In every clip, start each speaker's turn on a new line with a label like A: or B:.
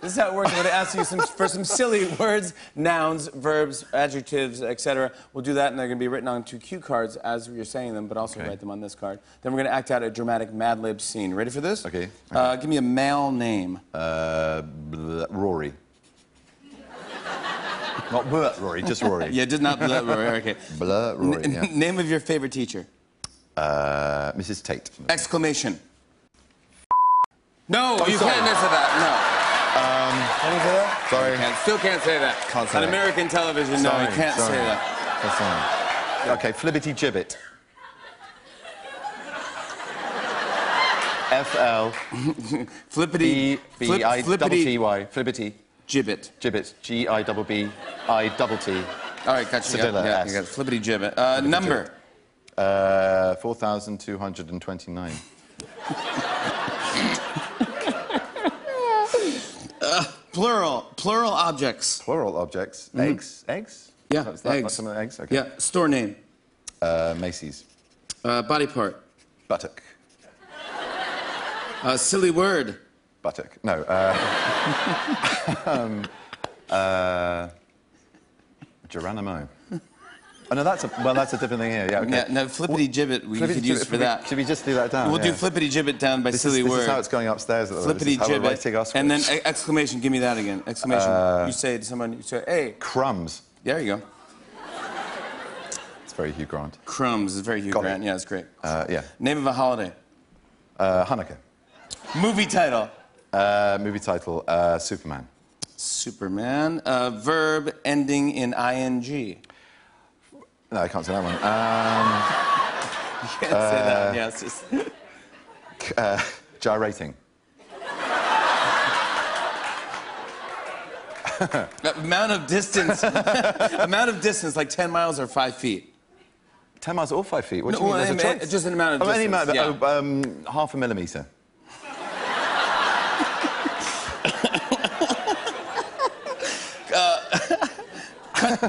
A: This is how it works. I'm going to ask you some, for some silly words, nouns, verbs, adjectives, etc. We'll do that, and they're going to be written onto cue cards as you're saying them, but also
B: Okay.
A: write them on this card. Then we're going to act out a dramatic Mad Lib scene. Ready for this?
B: Okay.
A: Uh, give me a male name.
B: Uh, bl- Rory. Not Bert Rory, just Rory.
A: yeah, did not. Blah, blah, okay.
B: Blur Rory,
A: N-
B: yeah.
A: Name of your favorite teacher.
B: Uh, Mrs. Tate.
A: Um, Exclamation. No, you
B: sorry.
A: can't answer that.
B: Sorry.
A: No, and still can't say that.
B: Can't say
A: on
B: that.
A: American television, no, you
B: Sorry,
A: can't
B: sorry.
A: say that.
B: That's fine. Okay, Flibbity Gibbet. F L
A: Flippity,
B: B B I
A: flip-
B: double
A: flippity
B: T Y. Flibbity
A: gibbet.
B: Gibbet. G I double B I double T.
A: All right, gotcha. Yeah,
B: Sedilla,
A: yeah,
B: yes.
A: you got it. flippity gibbet. Uh, number.
B: Uh, 4,229.
A: Plural. Plural objects.
B: Plural objects. Eggs. Eggs?
A: Mm-hmm. Yeah,
B: That's that,
A: eggs.
B: That's some of the eggs? Okay.
A: Yeah, store name.
B: Uh, Macy's.
A: Uh, body part.
B: Buttock.
A: Uh, silly word.
B: Buttock. No. Uh, um, uh, Geronimo. Oh no, that's a well, that's a different thing here. Yeah. Okay.
A: Yeah, no, flippity gibbet we
B: Flippity
A: could
B: gibbet,
A: use for
B: should we-
A: that.
B: Should we just do that down?
A: We'll do
B: Yeah.
A: flippity gibbet down by
B: This
A: silly
B: is, this
A: word.
B: is how it's going upstairs. At the moment. This
A: flippity
B: is how we're
A: gibbet.
B: writing our
A: and then
B: scripts.
A: e- exclamation. Give me that again. Exclamation.
B: Uh,
A: you say to someone. You say, "Hey,
B: crumbs.
A: there you go."
B: It's very Hugh Grant.
A: Crumbs is very Hugh
B: Got it.
A: Grant. Yeah, it's great.
B: Uh, yeah.
A: Name of a holiday.
B: Uh, Hanukkah.
A: Movie title.
B: Uh, movie title: uh, Superman.
A: Superman. Uh, verb ending in ing.
B: No, I can't say that one. Um,
A: You can't say
B: Uh,
A: that. Yeah, it's just.
B: c- uh, gyrating.
A: Amount of distance. amount of distance, like 10 miles or five feet.
B: Ten miles or five feet. What do
A: No,
B: you mean?
A: well,
B: There's a
A: I mean,
B: choice.
A: just an amount of
B: Oh, any
A: distance,
B: amount.
A: yeah.
B: oh, um, half a millimeter.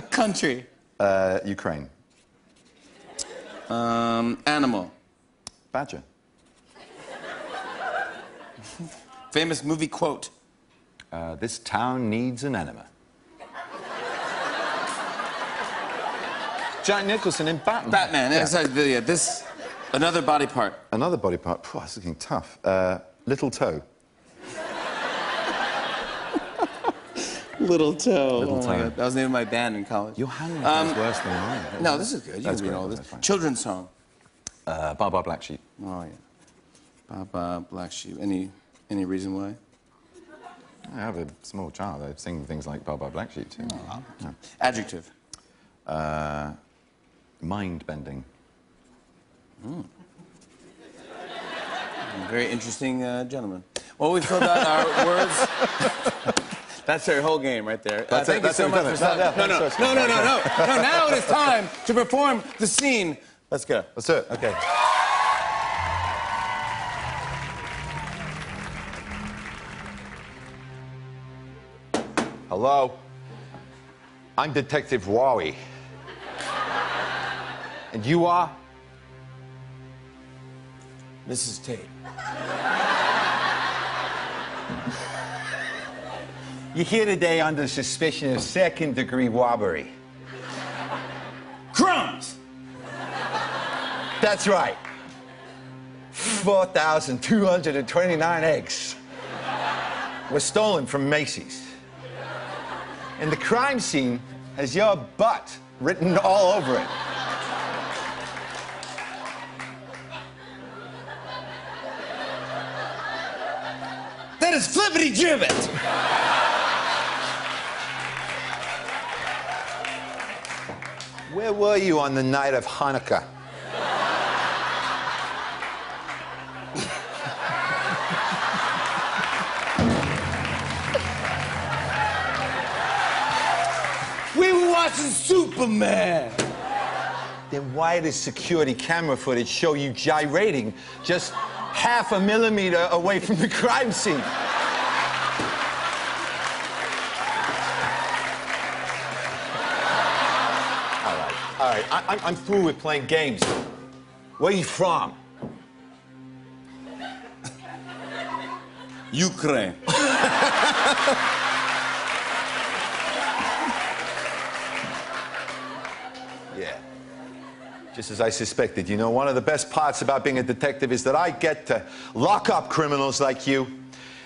A: Country.
B: Uh, Ukraine.
A: Um, animal.
B: Badger.
A: Famous movie quote.
B: Uh, this town needs an enema. Jack Nicholson in Batman.
A: Batman.
B: Yeah.
A: Yeah. sorry, the- yeah, this. Another body part.
B: Another body part. Phew, that's looking tough. Uh, little toe.
A: Little toe.
B: Little toe.
A: That was the name of my band in college.
B: Your handwriting
A: Um,
B: is worse than mine.
A: No, this is good. You
B: That's
A: can read
B: great,
A: all this.
B: that's fine.
A: Children's song.
B: Uh, Bye bye black sheep.
A: Oh yeah. Baba Black Sheep. Any any reason why?
B: I have a small child. I sing things like bye bye black sheep too.
A: Oh,
B: Yeah.
A: Adjective.
B: Uh, mind bending.
A: Very interesting uh, gentleman. Well, we filled out our words. That's their whole game right there. Uh,
B: That's it,
A: thank
B: that's
A: you so
B: it,
A: much
B: we've
A: for
B: done it.
A: stopping-
B: Yeah,
A: No,
B: thanks,
A: no, no, no,
B: George.
A: no, no, no. Now it is time to perform the scene. Let's go.
B: Let's do it. Okay. Hello. I'm Detective Wowie. And you are?
A: Mrs. Tate.
C: You're here today under suspicion of second degree robbery.
A: Crumbs.
C: That's right. 4,229 eggs were stolen from Macy's. And the crime scene has your butt written all over it.
A: That is flippity gibbet.
C: Where were you on the night of Hanukkah?
A: We were watching Superman.
C: Then why does security camera footage show you gyrating just half a millimeter away from the crime scene? All right, all right. I, I'm, I'm through with playing games. Where you from?
A: Ukraine.
B: Yeah. Just as I suspected, you know, one of the best parts about being a detective is that I get to lock up criminals like you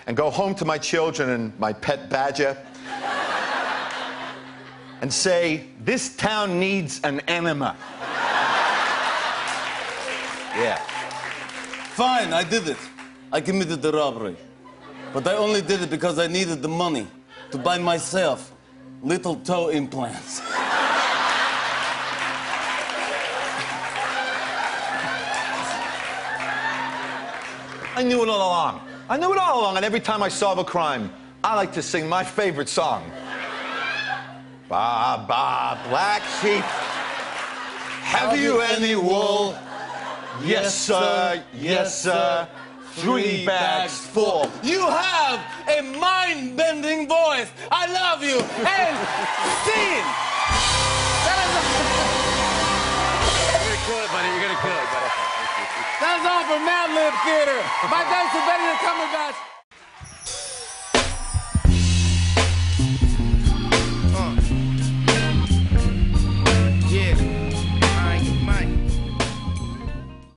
B: and go home to my children and my pet badger and say, this town needs an enema. yeah.
A: Fine, I did it. I committed the robbery. But I only did it because I needed the money to buy myself little toe implants.
B: I knew it all along. I knew it all along, and every time I solve a crime, I like to sing my favorite song. Ba ba black sheep. Have you any wool? Yes, sir. Yes, sir. Three bags full.
A: You have a mind bending voice. I love you. And scene.
D: You're gonna kill it, buddy. You're gonna kill it, buddy.
A: That's all for Mad Lib Theater. My thanks to Benny and Cumberbatch.